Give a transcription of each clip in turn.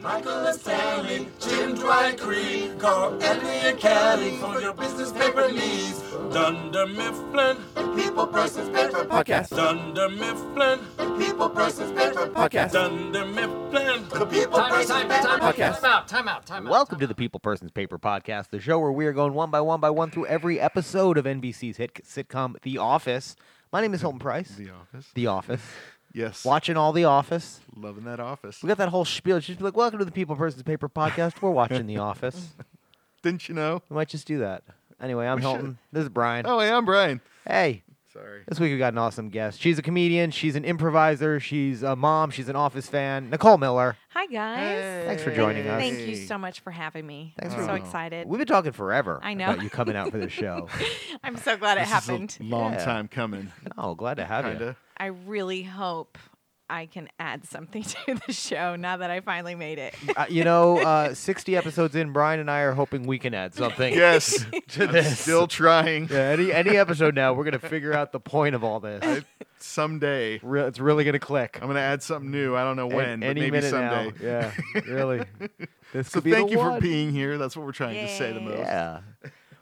Michael and Stanley, Jim Dwight Creed, call Andy and Kelly for your business paper needs. Dunder Mifflin, the People Persons Paper Podcast. Dunder Mifflin, the People Persons Paper Podcast. Dunder Mifflin, the People Time out, Persons time Paper out, time out, Podcast. time out, time out, time out. Welcome to the People Persons Paper Podcast, the show where we are going one by one by one through every episode of NBC's hit sitcom The Office. My name is Hilton Price. The office. The Office. Yes. Watching all The Office. Loving that office. We got that whole spiel. Just be like, welcome to the People Persons Paper Podcast. We're watching The Office. Didn't you know? We might just do that. Anyway, I'm We should. Hilton. This is Brian. Oh, hey, I'm Brian. Hey, Sorry. this week we got an awesome guest. She's a comedian. She's an improviser. She's a mom. She's an Office fan. Nicole Miller. Hi guys. Thanks for joining us. Thank you Hey. so much for having me. Thanks I'm for so coming. excited. We've been talking forever. I know. About you coming out for the show. I'm so glad it This is a happened. long Yeah. time coming. oh, glad to have you. Kinda. I really hope I can add something to the show now that I finally made it. uh, you know, uh, 60 episodes in, Brian and I are hoping we can add something Yes. to I'm this. still trying. yeah, any any episode now, we're gonna figure out the point of all this. I- someday. Re- it's really gonna click. I'm gonna add something new. I don't know An- when, but any maybe minute someday. now. Yeah, really. This So could be thank the you for one. being here. That's what we're trying to say the Yay. most. Yeah,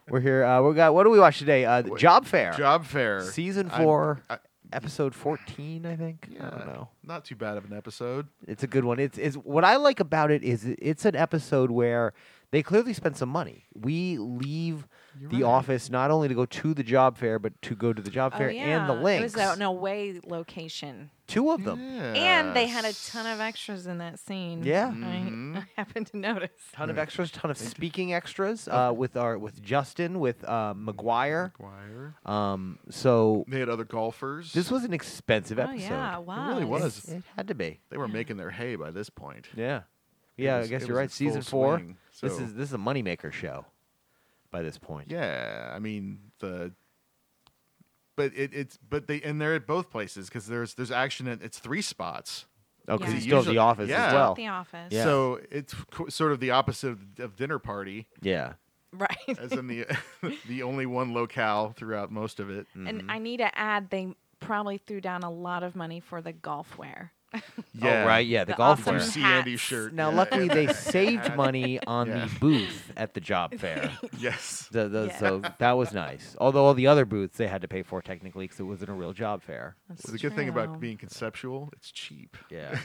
we're here. Uh, we got. What do we watch today? Uh, Wait, Job Fair. Job fair. Season I'm- four, I- episode 14, I think. I Yeah. don't know. Not too bad of an episode. It's a good one. It's is what I like about it is it- it's an episode where they clearly spent some money. We leave You're the right. office not only to go to the job fair, but to go to the job fair and the Oh, It links. was uh, an away location. Two of Mm-hmm. them. And they had a ton of extras in that scene. Yeah. I, Mhm. I happened to notice. Ton of extras, ton of speaking extras uh, with our with Justin, with uh, McGuire. Wire. Um, so They had other golfers. this was an expensive Oh episode. yeah, wow. really It- was. It had to be. They were making their hay by this point. Yeah. It Yeah, I was- guess it you're was in right. Season full four. swing, This so- is this is a moneymaker show. By this point. Yeah, I mean the. But it, it's but they and they're at both places because there's there's action at it's three spots. Oh, because Yeah. he's still at the Usually- office as yeah. well. The office. Yeah. So it's co- sort of the opposite of, of dinner party, Yeah. Right. as in the the only one locale throughout most of it. Mm, And I need to add they probably threw down a lot of money for the golf wear. Oh, right. Yeah. The, The golf awesome wear. You see Andy's Hats. shirt. Now, yeah, luckily, yeah. they saved money on Yeah. the booth at the job fair. Yes. The- the- Yeah. So that was nice. Although all the other booths they had to pay for technically because it wasn't a real job fair. That's So the good thing true. about being conceptual, it's cheap. Yeah.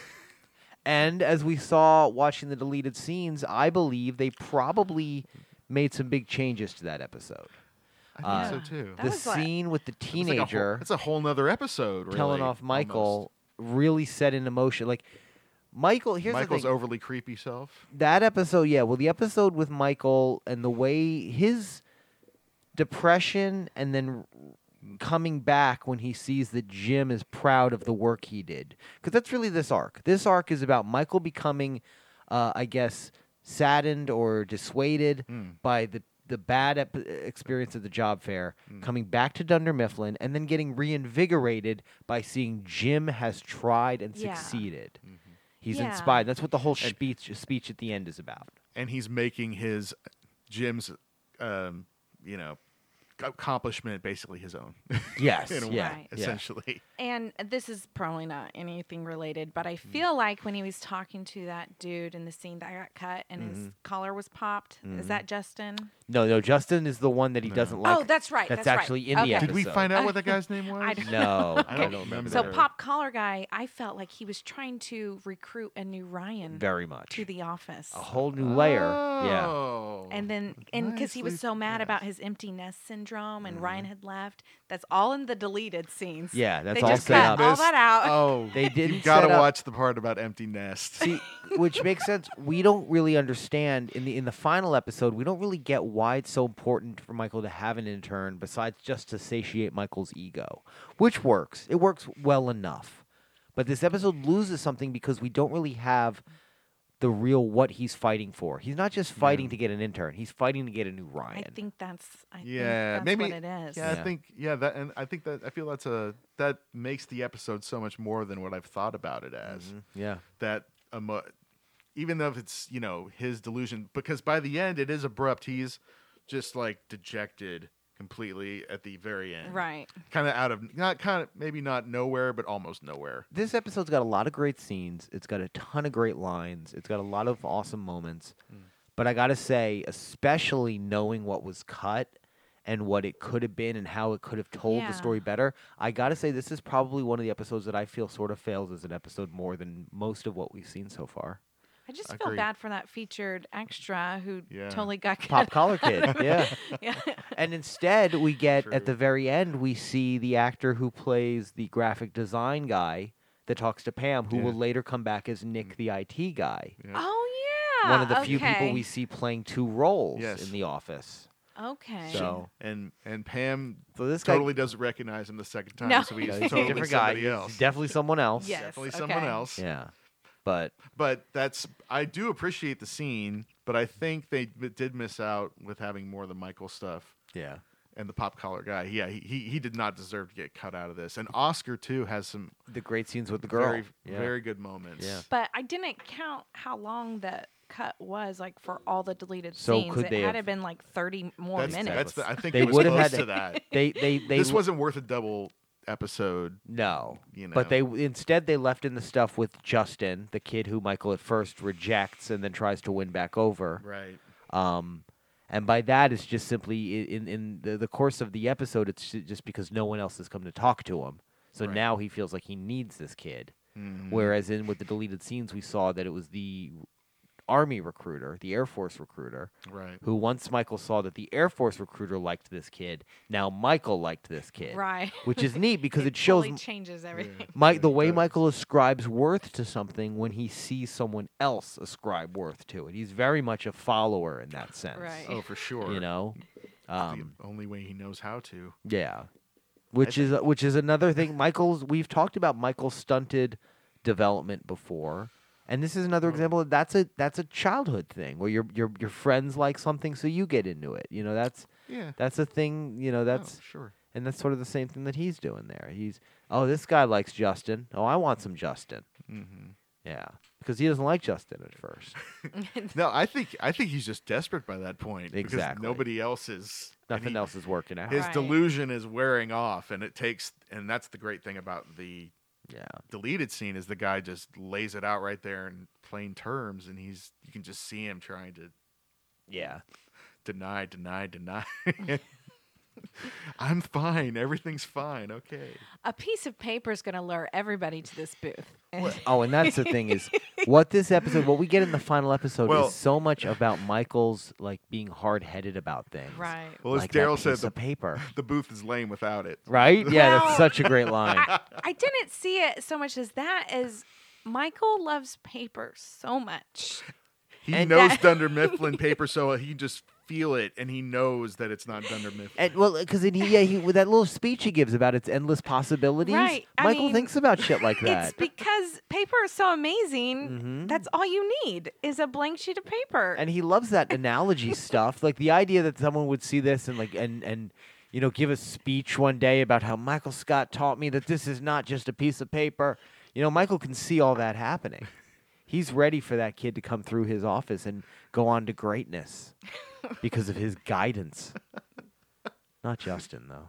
and as we saw watching the deleted scenes, I believe they probably made some big changes to that episode. I Uh, think so too. That the was like- scene with the It's like a whole- teenager. It's a whole nother episode. Really, telling off Michael almost. really set in emotion. Like Michael, here's Michael's the thing. overly creepy self. that episode, yeah. Well, the episode with Michael and the way his depression and then coming back when he sees that Jim is proud of the work he did. Because that's really this arc. This arc is about Michael becoming, uh, I guess, saddened or dissuaded Mm. by the the bad ep- experience at the job fair, coming back to Dunder Mifflin, and then getting reinvigorated by seeing Jim has tried and Yeah. succeeded. He's Yeah. inspired. That's what the whole speech speech at the end is about. and he's making his Jim's, um, you know, ac- accomplishment basically his own, Yes. In a yeah. way, yeah. essentially. And this is probably not anything related, but I Mm. feel like when he was talking to that dude in the scene that got cut and Mm-hmm. his collar was popped, is that Justin? No, no. Justin is the one that he doesn't Mm-hmm. like. oh, that's right. that's That's, right. actually in the Okay. Did we episode. find out what that guy's name was? I don't No, I don't remember. So Sure. pop collar guy, I felt like he was trying to recruit a new Ryan very Oh, much. to the office. a whole new layer. Yeah. Oh. And then, and because he was Nicely- so mad yes. about his empty nest syndrome, and Ryan had left. That's all in the deleted scenes. Mm-hmm. Yeah, that's they all just set cut up. all that out. Oh, They didn't You gotta set up- watch the part about empty nest. See, which makes sense. We don't really understand in the in the final episode. We don't really get why it's so important for Michael to have an intern, besides just to satiate Michael's ego, which works. It works well enough, but this episode loses something because we don't really have the real what he's fighting for. He's not just fighting to get an intern. He's fighting to get a new I Ryan. think that's. I yeah, think that's maybe what it is. Yeah, Yeah. I think yeah that, and I think that I feel that's a that makes the episode so much more than what I've thought about it as. Mm-hmm. yeah. that emo- even though if it's you know his delusion because by the end it is abrupt he's just like dejected completely at the very end. Right. Kind of out of not kind of maybe not nowhere, but almost nowhere. This episode's got a lot of great scenes. It's got a ton of great lines. It's got a lot of awesome moments. Mm. But I got to say, especially knowing what was cut and what it could have been and how it could have told Yeah. the story better, I got to say, this is probably one of the episodes that I feel sort of fails as an episode more than most of what we've seen so far. I just feel Agreed. bad for that featured extra who Yeah. totally got cut. Pop Collar Kid, yeah. yeah. And instead, we get True. at the very end, we see the actor who plays the graphic design guy that talks to Pam, who Yeah. Mm. will later come back as Nick, the IT guy. Yeah. Oh yeah. One of the few people okay. we see playing two roles Yes. in the office. Okay. So, And and Pam so this guy totally doesn't recognize him the second time, No. so he's yeah, he's totally a different guy. somebody He's else. definitely someone else. Yes, Definitely someone okay. else. Yeah. But But that's I do appreciate the scene, but I think they m- did miss out with having more of the Michael stuff yeah. and the pop collar guy. Yeah, he, he he did not deserve to get cut out of this. And Oscar too has some The great scenes with the girl. very yeah. very good moments. Yeah. But I didn't count how long the cut was, like for all the deleted So scenes. could it they had have- been like thirty more That's, minutes. that's the, I think They it was would have close had- to that. they they they this l- wasn't worth a double episode. No. You know, But they instead they left in the stuff with Justin, the kid who Michael at first rejects and then tries to win back over. right. Um, and by that, it's just simply i- in in the, the course of the episode, it's ju- just because no one else has come to talk to him. So Right. now he feels like he needs this kid. Mm-hmm. Mhm. Whereas in with the deleted scenes, we saw that it was the army recruiter, the Air Force recruiter, right. who once Michael saw that the Air Force recruiter liked this kid, now Michael liked this kid. right. Which is neat because it, shows totally changes everything. Mike the It way does. Michael ascribes worth to something when he sees someone else ascribe worth to it. He's very much a follower in that sense. Right. Oh, for sure. You know, um, the only way he knows how to. yeah, which is uh, which is another thing. Michael's we've talked about Michael's stunted development before, and this is Mm-hmm. another example. Of that's a that's a childhood thing where your your your friends like something, so you get into it. You know, that's Yeah. that's a thing. You know, that's oh, sure. and that's sort of the same thing that he's doing there. He's oh, this guy likes Justin. Oh, I want some Justin. hmm Yeah, because he doesn't like Justin at first. No, I think I think he's just desperate by that point. because Exactly. Nobody else is. and Nothing he- else is working out. His Right. delusion is wearing off, and it takes. And that's the great thing about the yeah, deleted scene is the guy just lays it out right there in plain terms, and he's you can just see him trying to yeah. deny, deny, deny. I'm fine. Everything's fine. Okay. a piece of paper is going to lure everybody to this booth. Oh, and that's the thing is, what this episode, what we get in the final episode, Well- is so much about Michael's like being hard headed about things. right. Well, as like that Daryl said, piece the, of paper. the booth is lame without it. Right? Yeah, Well- that's such a great line. I didn't see it so much as that as Michael loves paper so much. He And knows that- Dunder Mifflin paper, so he just feel it, and he knows that it's not Dunder Mifflin. And well, because he, yeah, he, with that little speech he gives about its endless possibilities, Right, I Michael mean, thinks about shit like that. It's because paper is so amazing. Mm-hmm. Mhm. That's all you need is a blank sheet of paper. and he loves that analogy stuff. Like the idea that someone would see this and like and and you know give a speech one day about how Michael Scott taught me that this is not just a piece of paper. You know, Michael can see all that happening. He's ready for that kid to come through his office and go on to greatness because of his guidance. Not Justin though.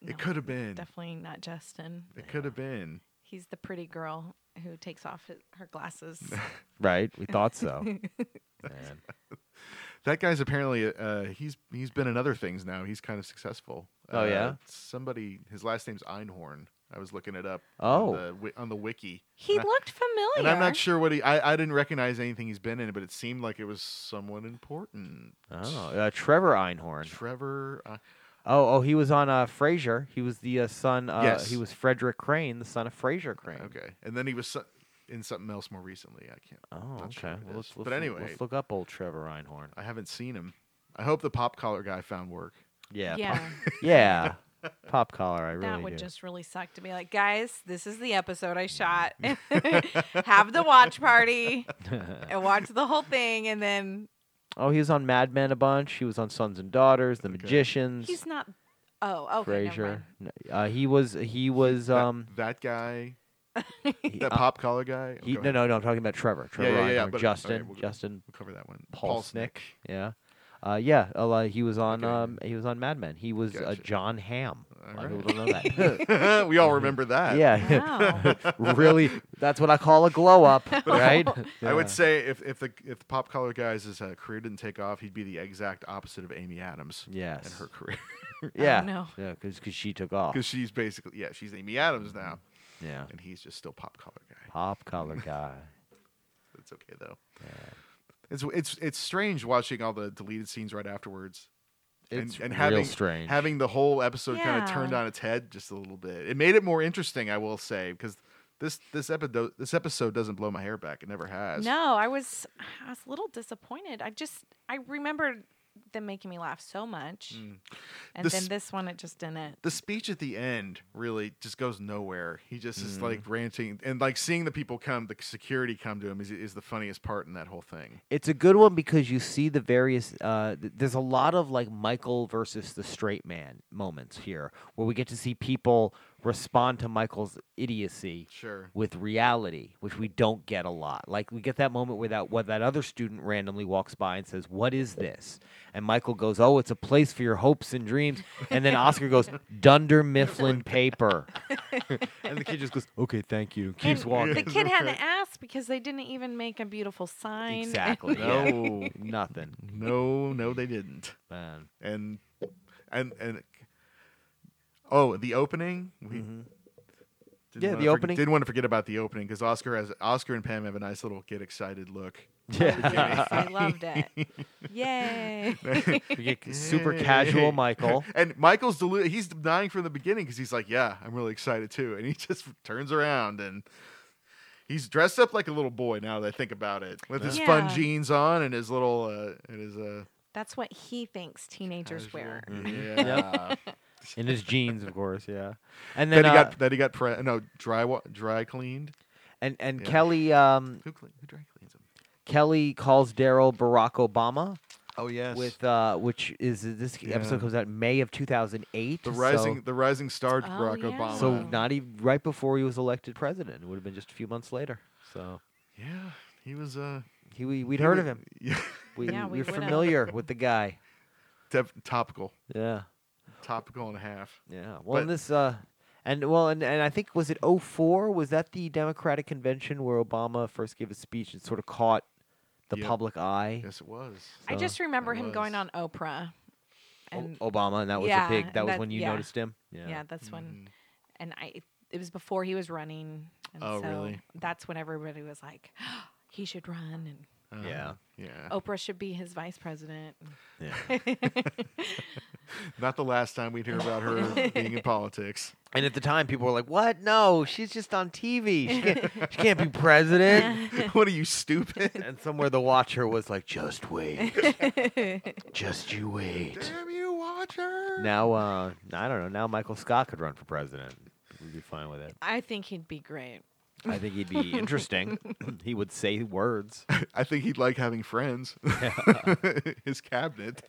It could have been. Definitely not Justin. It could have been. He's the pretty girl who takes off his, her glasses. Right? We thought so. Man. That guy's apparently uh, he's he's been in other things now. He's kind of successful. Oh, Uh, yeah? Somebody, his last name's Einhorn. I was looking it up. Oh. On the, wi- on the wiki. He And I- looked familiar. And I'm not sure what he. I, I didn't recognize anything he's been in, but it seemed like it was someone important. Oh, uh, Trevor Einhorn. Trevor. Uh, Oh, oh, he was on uh, Frasier. He was the uh, son. Uh, Yes. He was Frederick Crane, the son of Frasier Crane. okay. And then he was so- in something else more recently. I can't. Oh, Not okay. sure who it well, let's, is. let's But loo- anyway. let's look up old Trevor Einhorn. I haven't seen him. I hope the pop collar guy found work. Yeah. Yeah, Pop, yeah. pop collar. I really that would do. just really suck to be like, guys, this is the episode I shot. Have the watch party and watch the whole thing, and then oh, he was on Mad Men a bunch. He was on Sons and Daughters, The Magicians, he's not. Oh, okay. never Frasier. mind. No, uh, he was. He was. That- Um. that, guy, he- that uh, pop collar guy. Oh, he- go no, ahead. no, no. I'm talking about Trevor. Trevor yeah, Einhorn, yeah, but- all right, Justin. we'll go- Justin We'll cover that one. Paul Snick. Yeah. Uh, yeah, a lot- he was on. Okay. Um, he was on Mad Men. He was uh, Gotcha. John Hamm. A lot of Alright. people don't know that. we all remember that. yeah, Wow. really. That's what I call a glow up, right? I Yeah. would say if, if the if the pop collar guys' his, uh, career didn't take off, he'd be the exact opposite of Amy Adams Yes. in her career yeah. know. Yeah, because she took off. because she's basically yeah she's Amy Adams now, Yeah. and he's just still pop collar guy. Mm-hmm. Pop color guy. It's okay though. It's it's it's strange watching all the deleted scenes right afterwards. It's and, and real having, strange. Having the whole episode kind of Yeah. turned on its head just a little bit. It made it more interesting, I will say, because this this episode this episode doesn't blow my hair back. It never has. No, I was I was a little disappointed. I just I remembered them making me laugh so much, Mm. and The then s- this one it just didn't. The speech at the end really just goes nowhere. He just is like ranting and like seeing the people come, the security come to him is, is the funniest part in that whole thing. it's a good one because you see the various uh, th- there's a lot of like michael versus the straight man moments here where we get to see people respond to michael's idiocy Sure. with reality which we don't get a lot like we get that moment where that, where that other student randomly walks by and says what is this and michael goes oh it's a place for your hopes and dreams and then oscar goes dunder mifflin paper and the kid just goes okay thank you and keeps And walking The kid had to ask because they didn't even make a beautiful sign. and- exactly yeah. No. nothing no, no, they didn't. man and and and oh the opening we Mm. didn't Yeah, wanna the forg- opening. didn't want to forget about the opening because oscar has oscar and pam have a nice little get excited look Yes, I loved it. Yay! We get super casual Michael. and michael's delu- he's denying from the beginning because he's like yeah i'm really excited too and he just turns around and he's dressed up like a little boy now that i think about it with his fun Yeah. jeans on and his little uh and his uh That's what he thinks teenagers casual- wear. Mm-hmm. yeah In his jeans, of course, yeah. And That then he uh, got that he got pre- no dry wa- dry cleaned. and and yeah. Kelly um, Who clean, who dry cleans him? Kelly calls Daryl Barack Obama Oh yes, with uh, which is this Yeah. episode comes out in May of 2008. the so- rising uh, the rising star Oh, Barack yeah. Obama. So Wow. not even right before he was elected president. It would have been just a few months later. So yeah, he was uh he we, we'd he heard wa- of him. Yeah, We, Yeah, we are would've. familiar with the guy. def- topical, Yeah. topical and a half. Yeah. Well, and But- this, uh, and well, and, and I think was it 04? Was that the Democratic convention where Obama first gave his speech and sort of caught the Yep. public eye? Yes, it was. I So, just remember it him was. Oh, going on Oprah, O- and Obama, and that was yeah, a big. That was that- when you yeah. noticed him. Yeah. yeah, that's Mm-hmm. when. And I, it was before he was running. And Oh, so really? That's when everybody was like, he should run, and Uh, Yeah. yeah. Oprah should be his vice president. Yeah. Not the last time we'd hear about her being in politics. and at the time, people were like, "What? No, she's just on TV. She can't, she can't be president." what are you stupid? and somewhere the watcher was like, "Just wait. just you wait." Damn you, Watcher! Now, uh, I don't know. Now Michael Scott could run for president. We'd be fine with it. I think he'd be great. I think he'd be interesting. he would say words. I think he'd like having friends. His cabinet.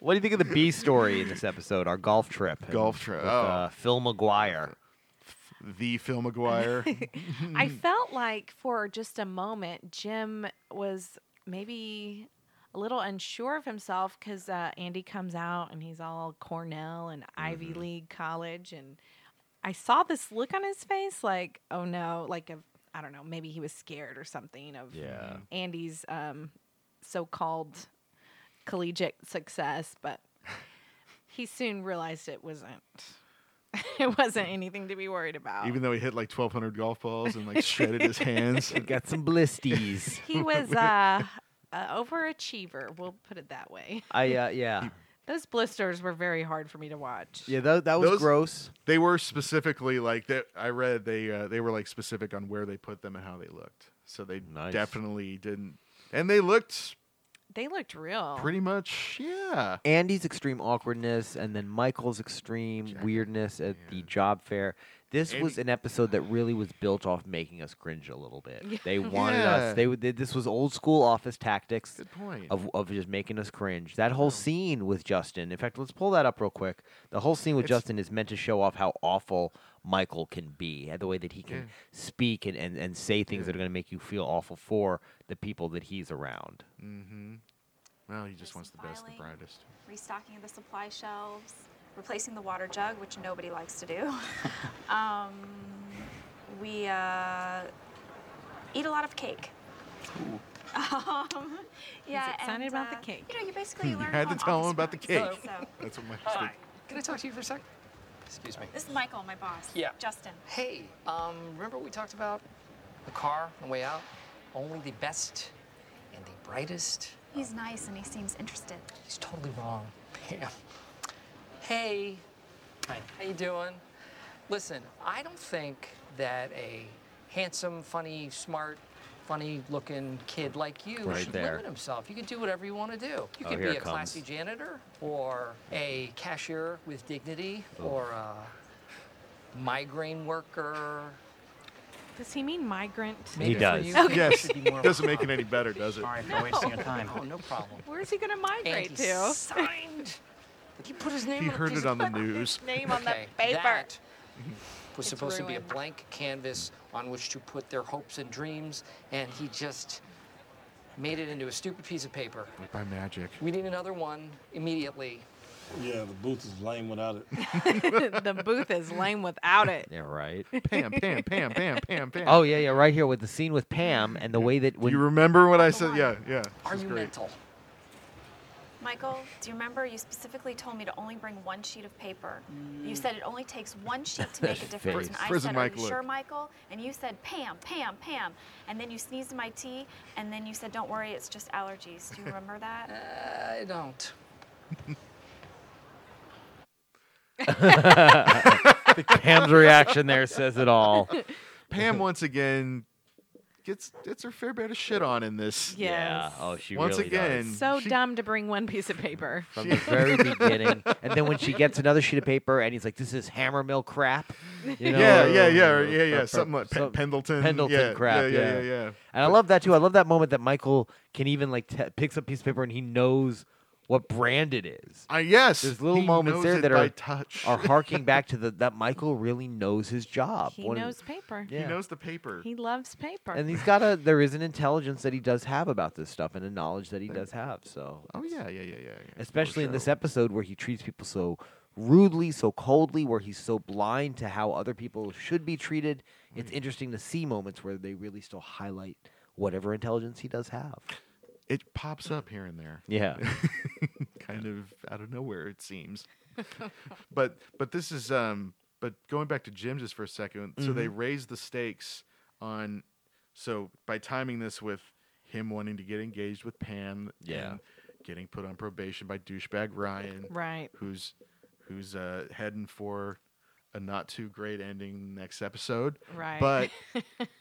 What do you think of the B story in this episode? Our golf trip. and- Golf trip, with, oh. uh, Phil McGuire. The Phil McGuire. I felt like for just a moment, Jim was maybe a little unsure of himself because uh, Andy comes out and he's all Cornell and Ivy League college. And I saw this look on his face like, oh no, like, a, I don't know, maybe he was scared or something of Yeah. Andy's um, so called collegiate success. But he soon realized it wasn't. It wasn't anything to be worried about. Even though he hit like 1,200 golf balls and like shredded his hands. Got some blisties. He was uh, a overachiever. We'll put it that way. I uh, yeah Those blisters were very hard for me to watch. yeah that, that was Those- gross. They were specifically like that. I read they uh, they were like specific on where they put them and how they looked. So they Nice. definitely didn't, and they looked They looked real. pretty much yeah. Andy's extreme awkwardness and then Michael's extreme weirdness at the job fair. This was an Andy- episode that really was built off making us cringe a little bit. They wanted Yeah. us. They would. They, this was old school office tactics. Good point. Of, of just making us cringe. That whole scene with Justin. In fact, let's pull that up real quick. The whole scene with It's- Justin is meant to show off how awful Michael can be, and the way that he can Yeah. speak and, and, and say things that are going to make you feel awful for the people that he's around. Mm-hmm. Well, he just wants the best, and the brightest. restocking the supply shelves, replacing the water jug, which nobody likes to do. um, we uh, eat a lot of cake. Um, yeah, excited and, about the uh, cake. You know, you basically You learn. had to from tell him office about the cake. friends, so- That's what my husband. Can I talk to you for a sec? Excuse me. This is Michael, my boss. Yeah. Justin. Hey, um, remember we talked about the car on the way out? Only the best and the brightest. He's nice and he seems interested. He's totally wrong. Pam. Hey. Hi. How you doing? Listen, I don't think that a handsome, funny, smart, funny-looking kid like you Right should there. limit himself. You can do whatever you want to do. You Oh, could here it be a classy comes. janitor or a cashier with dignity or a migraine worker. Does he mean migrant? Maybe for does. you, Okay. you Yes. should be more of a Doesn't make it any better, does it? Sorry for wasting your time. Oh, no problem. Where is he going to And migrate he to? signed. He put his name He on a heard piece it of on the news. Name on the Okay, paper. That was supposed to be a ruined. blank canvas on which to put their hopes and dreams, and he just made it into a stupid piece of paper. By magic. We need another one immediately. Yeah, the booth is lame without it. the booth is lame without it. Yeah, right. Pam, Pam, Pam, Pam, Pam, Pam. Oh yeah, yeah, right here with the scene with Pam and the way that Do when you remember what I said? Yeah, yeah. Are This is you great. mental? Michael, do you remember you specifically told me to only bring one sheet of paper? You said it only takes one sheet to make a difference. And I Prison said, Mike Are you sure, look. Michael? And you said, Pam, Pam, Pam. And then you sneezed in my tea, and then you said, Don't worry, it's just allergies. Do you remember that? Uh, I don't. Pam's reaction there says it all. Pam once again gets gets her fair bit of shit on in this. Yes. Oh, she Once really again, does. so she- dumb to bring one piece of paper. From the very beginning, and then when she gets another sheet of paper, and he's like, "This is hammer mill crap," you know, Yeah, yeah, yeah, or- or- yeah, yeah. or- Something like Pe- some- Pendleton. Pendleton yeah, crap, Yeah, yeah. yeah, yeah. yeah. And I love that too. I love that moment that Michael can even like t- picks up a piece of paper and he knows what brand it is. I yes. There's little he moments knows there it that by are- touch. Are harking back to the that Michael really knows his job. He One of- knows paper. Yeah. He knows the paper. He loves paper. and he's got a there is an intelligence that he does have about this stuff and a knowledge that he does have. So oh yeah, yeah, yeah, yeah. yeah, for especially in this sure. episode where he treats people so rudely, so coldly, where he's so blind to how other people should be treated. It's interesting to see moments where they really still highlight whatever intelligence he does have. It pops up here and there. Yeah. kind of out of nowhere it seems but but this is um but going back to jim just for a 2nd so they raise the stakes on so by timing this with him wanting to get engaged with pam Yeah. and getting put on probation by douchebag ryan right. who's who's uh heading for a not too great ending next episode Right. but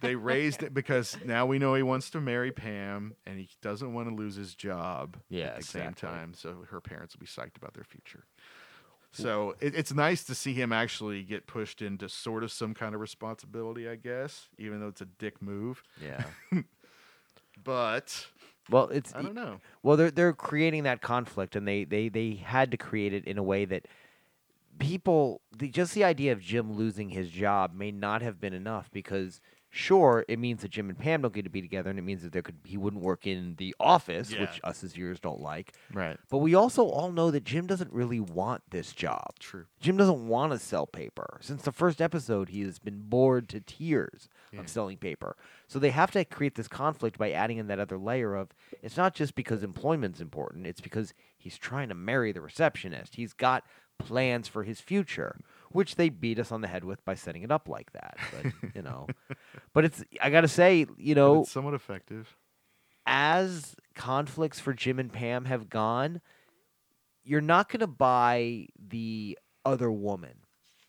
they raised it because now we know he wants to marry Pam and he doesn't want to lose his job Yeah, at the same exactly. time. So her parents will be psyched about their future. So it, it's nice to see him actually get pushed into sort of some kind of responsibility, I guess, even though it's a dick move. yeah. But Well, it's I don't know. Well, they're they're creating that conflict, and they they they had to create it in a way that people the, just the idea of Jim losing his job may not have been enough because sure it means that Jim and Pam don't get to be together, and it means that there could he wouldn't work in the office, Yeah. which us as viewers don't like. Right. But we also all know that Jim doesn't really want this job. True. Jim doesn't want to sell paper. Since the first episode, he has been bored to tears Yeah. of selling paper. So they have to create this conflict by adding in that other layer of it's not just because employment's important, it's because he's trying to marry the receptionist. He's got plans for his future, which they beat us on the head with by setting it up like that. But, you know, but it's, I got to say, you But know, it's somewhat effective. as conflicts for Jim and Pam have gone, you're not going to buy the other woman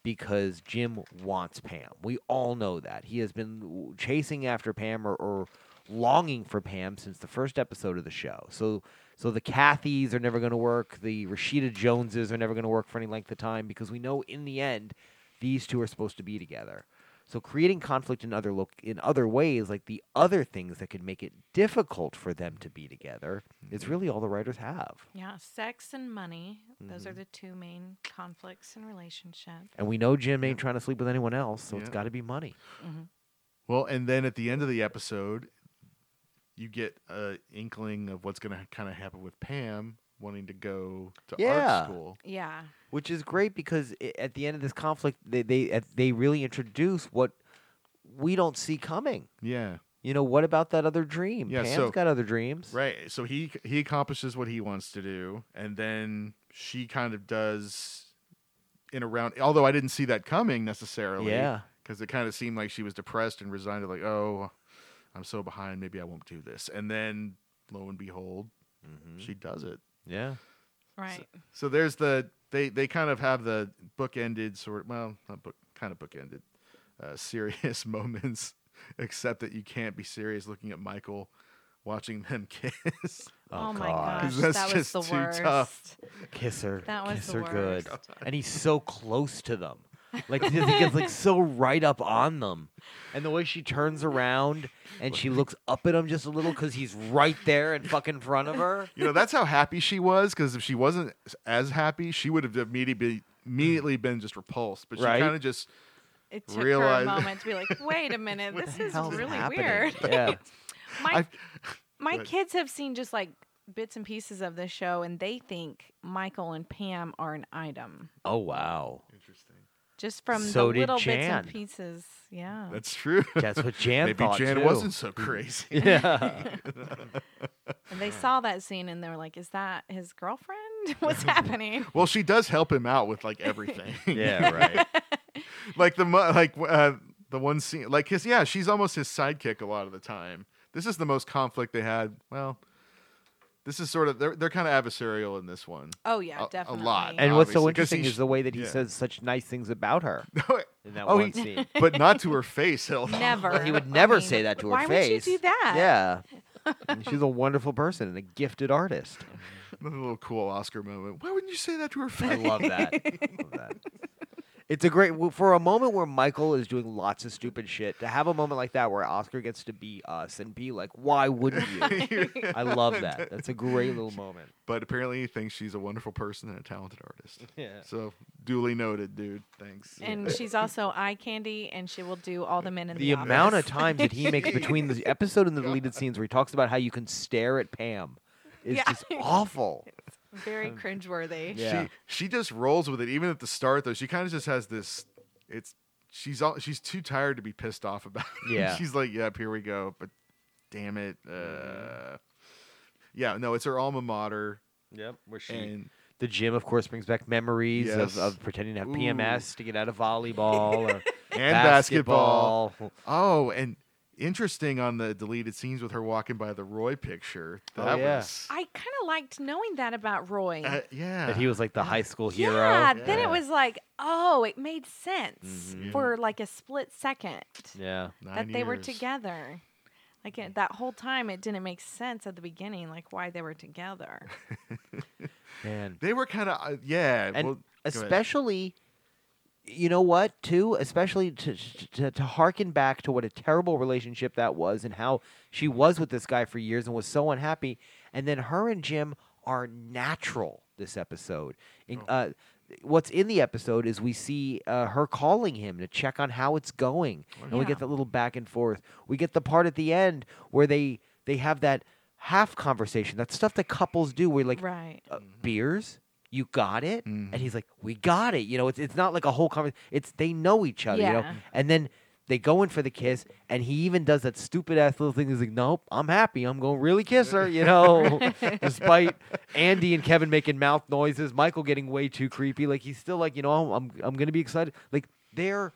because Jim wants Pam. We all know that. He has been w- chasing after Pam or, or longing for Pam since the first episode of the show. So so the Cathys are never going to work, the Rashida Joneses are never going to work for any length of time because we know in the end these two are supposed to be together. So creating conflict in other look in other ways, like the other things that could make it difficult for them to be together, is really all the writers have. yeah, sex and money. Those are the two main conflicts in relationship. And we know Jim ain't trying to sleep with anyone else, so it's Yeah. got to be money. Well, and then at the end of the episode, you get a inkling of what's going to kind of happen with Pam wanting to go to Yeah. art school. Yeah. which is great because i- at the end of this conflict, they they at- they really introduce what we don't see coming. Yeah. You know, what about that other dream? Yeah, Pam's so- got other dreams. Right. So he he accomplishes what he wants to do, and then she kind of does in a round. Although I didn't see that coming necessarily. Yeah. Because it kind of seemed like she was depressed and resigned to like, oh, I'm so behind. Maybe I won't do this. And then lo and behold, she does it. Yeah. Right. So there's the they they kind of have the bookended sort. Well, not book kind of bookended, uh, serious moments. Except that you can't be serious looking at Michael, watching them kiss. Oh, my God. gosh, 'Cause that's that was just the too worst. tough. Kiss her. That was kiss the her good. worst. And he's so close to them. Like he just- he gets like so right up on them. And the way she turns around and she looks up at him just a little cuz he's right there in fucking front of her. You know, that's how happy she was because if she wasn't s- as happy, she would have immediately immediately been just repulsed. But she Right. kind of just It took Realize- her a moment to be like, wait a minute, this is Hell's really happening. weird. Yeah. My I my Right. kids have seen just like bits and pieces of this show and they think Michael and Pam are an item. Oh wow. interesting. Just from So the did little Jan. bits and pieces. Yeah. That's true. That's what Jan Maybe thought Jan too. wasn't so crazy. Yeah. and they saw that scene and they were like, Is that his girlfriend? What's happening? well, she does help him out with like everything. yeah, right. like the mo- like uh, the one scene, like his yeah, she's almost his sidekick a lot of the time. This is the most conflict they had. Well, this is sort of they're they're kind of adversarial in this one. Oh yeah, A- a definitely. lot. And what's so Obviously, 'cause interesting he's- is the way that he yeah. says such nice things about her in that Oh, one he- scene. but not to her face. Hell no. Never. He would I never mean, say that to her why face. would you do that? Yeah. And she's a wonderful person and a gifted artist. Another little cool Oscar moment. Why wouldn't you say that to her I face? love that. love that. It's a great w- for a moment where Michael is doing lots of stupid shit. To have a moment like that where Oscar gets to be us and be like, "Why wouldn't you?" I love that. That's a great little moment. but apparently he thinks she's a wonderful person and a talented artist. Yeah. So duly noted, dude. Thanks. And she's also eye candy and she will do all the men in the, The amount of office. times that he makes between the episode and the deleted scenes where he talks about how you can stare at Pam is Yeah. just awful. very Um, cringeworthy. Yeah. She she just rolls with it. Even at the start though, she kind of just has this. It's she's all she's too tired to be pissed off about. it. Yeah. she's like, yep, here we go. But damn it. Mm-hmm. Uh, yeah. No, it's her alma mater. Yep. Where And the gym, of course, brings back memories of, Yes. of pretending to have Ooh. PMS to get out of volleyball or and basketball. basketball. Oh, and interesting on the deleted scenes with her walking by the Roy picture. Oh, That yeah. was I kind of liked knowing that about Roy. uh, yeah. That he was like the high school hero. yeah, then Yeah. it was like, oh, it made sense Mhm. for like a split second Yeah. that Nine they were years. together. Like it, that whole time, it didn't make sense at the beginning, like why they were together. Man. They were kind of uh, yeah, And well, go ahead. especially, you know what, too? Especially to, to, to harken back to what a terrible relationship that was and how she was with this guy for years and was so unhappy. And then her and Jim are natural this episode. In, Oh. uh, what's in the episode is we see uh, her calling him to check on how it's going. Oh, And we Yeah. get that little back and forth. We get the part at the end where they they have that half conversation, that stuff that couples do where like right. uh, Mm-hmm. beers. You got it, and he's like, "We got it." You know, it's it's not like a whole conversation. It's they know each other, you know. Yeah. And then they go in for the kiss, and he even does that stupid ass little thing. He's like, "Nope, I'm happy. I'm gonna really kiss her," you know. Despite Andy and Kevin making mouth noises, Michael getting way too creepy. Like he's still like, you know, I'm I'm, I'm gonna be excited. Like they're,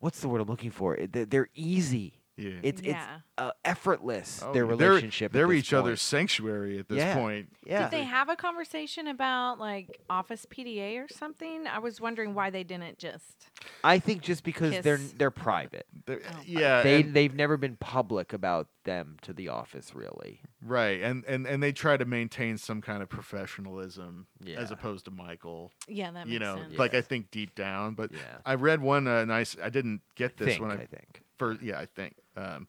what's the word I'm looking for? It- They're, they're easy. yeah. It's Yeah. it's uh, effortless. Oh, their yeah. relationship. at They're, they're this each other's point. sanctuary at this Yeah. point. Yeah. Did they have a conversation about like office PDA or something? I was wondering why they didn't just. I think just because they're Kiss. they're private. They're- yeah, they and- they've never been public about them to the office really. right. And, and and they try to maintain some kind of professionalism Yeah. as opposed to Michael. Yeah, that makes you know, sense. like Yeah. I think deep down, but Yeah. I read one uh, nice. I didn't get this think, when I, I, think. first. Yeah, I think um,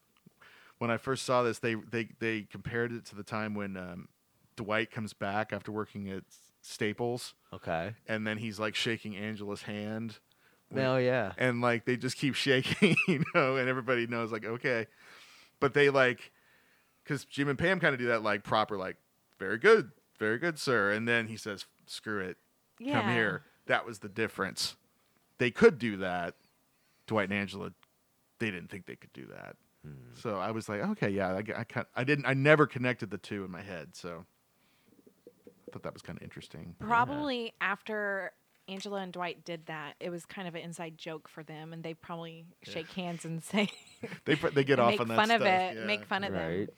when I first saw this, they they they compared it to the time when um, Dwight comes back after working at Staples, Okay. and then he's like shaking Angela's hand. when- No, yeah. and like they just keep shaking, you know, and everybody knows like okay, but they like because Jim and Pam kind of do that like proper, like very good, very good, sir. And then he says, "Screw it, come Yeah. here." That was the difference. They could do that. Dwight and Angela, they didn't think they could do that. So I was like, okay, yeah, I, I, kind I didn't, I never connected the two in my head. So I thought that was kind of interesting. Probably after Angela and Dwight did that, it was kind of an inside joke for them, and they probably shake hands and say, They pr- they get off make on that fun stuff. of it, yeah. make fun of them. right?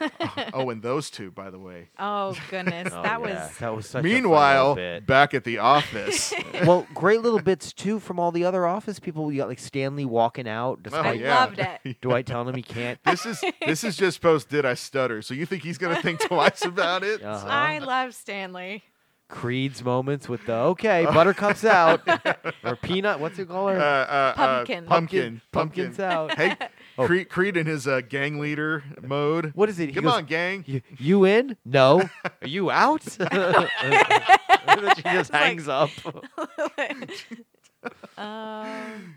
Oh, and those two, by the way. Oh goodness, Oh, that yeah. was that was such a fun little Meanwhile, bit. back at the office. well, great little bits too from all the other office people. You got like Stanley walking out Oh, I despite yeah. loved it. Dwight telling him he can't. this is this is just post did I stutter? So you think he's gonna think twice about it? Uh-huh. I love Stanley. Creed's moments with the okay, Buttercup's out or Peanut. What's it called? Uh, uh, her? uh, Pumpkin. pumpkin, pumpkin, Pumpkin's out. Hey, Oh. Creed, Creed in his uh, gang leader mode. What is it? He Come goes, on, gang! "Y- You in? No. Are you out? And then she just hangs up. um,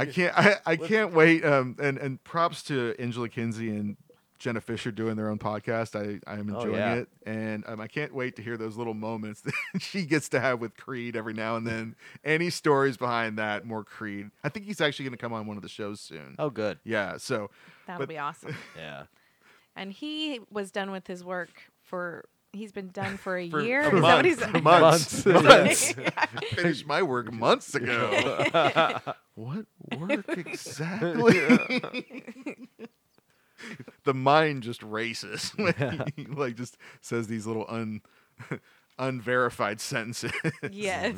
I can't. I, I can't wait. Um, and and props to Angela Kinsey and Jenna Fisher doing their own podcast. I I am Oh, enjoying yeah. it, and um, I can't wait to hear those little moments that she gets to have with Creed every now and then. Any stories behind that? More Creed. I think he's actually going to come on one of the shows soon. Oh, good. Yeah. So that'll But- be awesome. Yeah. And he was done with his work for. He's been done for a for year. for Is that what months, months, he's- Months. months. Finished my work months ago. what work exactly? the mind just races when he like just says these little un unverified sentences. Yes.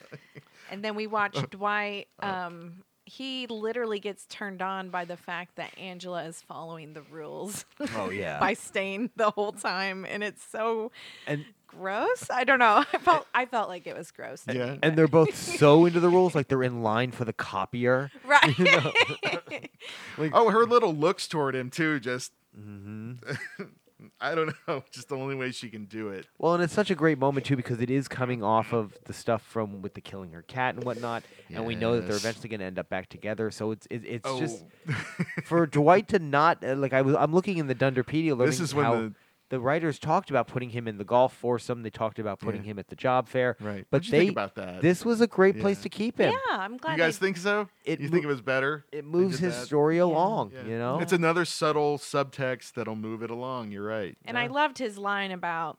and then we watch Dwight. Oh. Um, he literally gets turned on by the fact that Angela is following the rules Oh, yeah. by staying the whole time, and it's so And gross. I don't know. I felt I felt like it was gross. to Yeah. me. and they're both so into the rules, like they're in line for the copier. right. oh, her little looks toward him too. Just Mm-hmm. I don't know. Just the only way she can do it. Well, and it's such a great moment too because it is coming off of the stuff from with the killing her cat and whatnot, and we know that they're Yes. eventually going to end up back together. So it's it, it's Oh, just for Dwight to not uh, like I was I'm looking in the Dunderpedia learning This is when how the- writers talked about putting him in the golf foursome. They talked about putting Yeah. him at the job fair. right. But What'd you they think about that? this was a great place Yeah. to keep yeah, him. I'm glad. you guys they- think so? It you think mo- it was better? They It moves did his that? story along. Yeah. You know, It's another subtle subtext that'll move it along. You're right. and I loved his line about.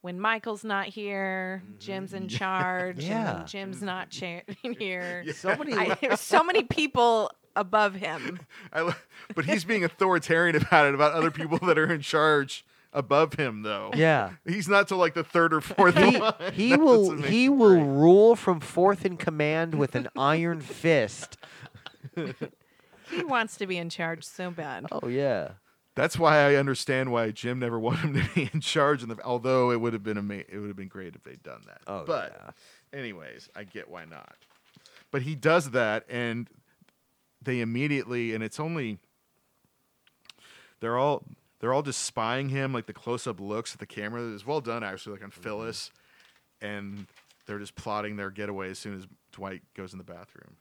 When Michael's not here, Jim's Mm-hmm. in charge. And Yeah. when Jim's not cha- here. somebody. I, there's so many people above him. I lo- but he's being authoritarian about it, about other people that are in charge above him, though. yeah. He's not till like the third or fourth he, line. he That's will what makes he it will great. rule from fourth in command with an iron fist. He wants to be in charge so bad. Oh yeah. That's why I understand why Jim never wanted him to be in charge. And the, although it would have been ama- it would have been great if they'd done that. Oh, but anyways, I get why not. But he does that, and they immediately, and it's only they're all they're all just spying him. Like the close up looks at the camera is well done actually, like on Phyllis, and they're just plotting their getaway as soon as Dwight goes in the bathroom.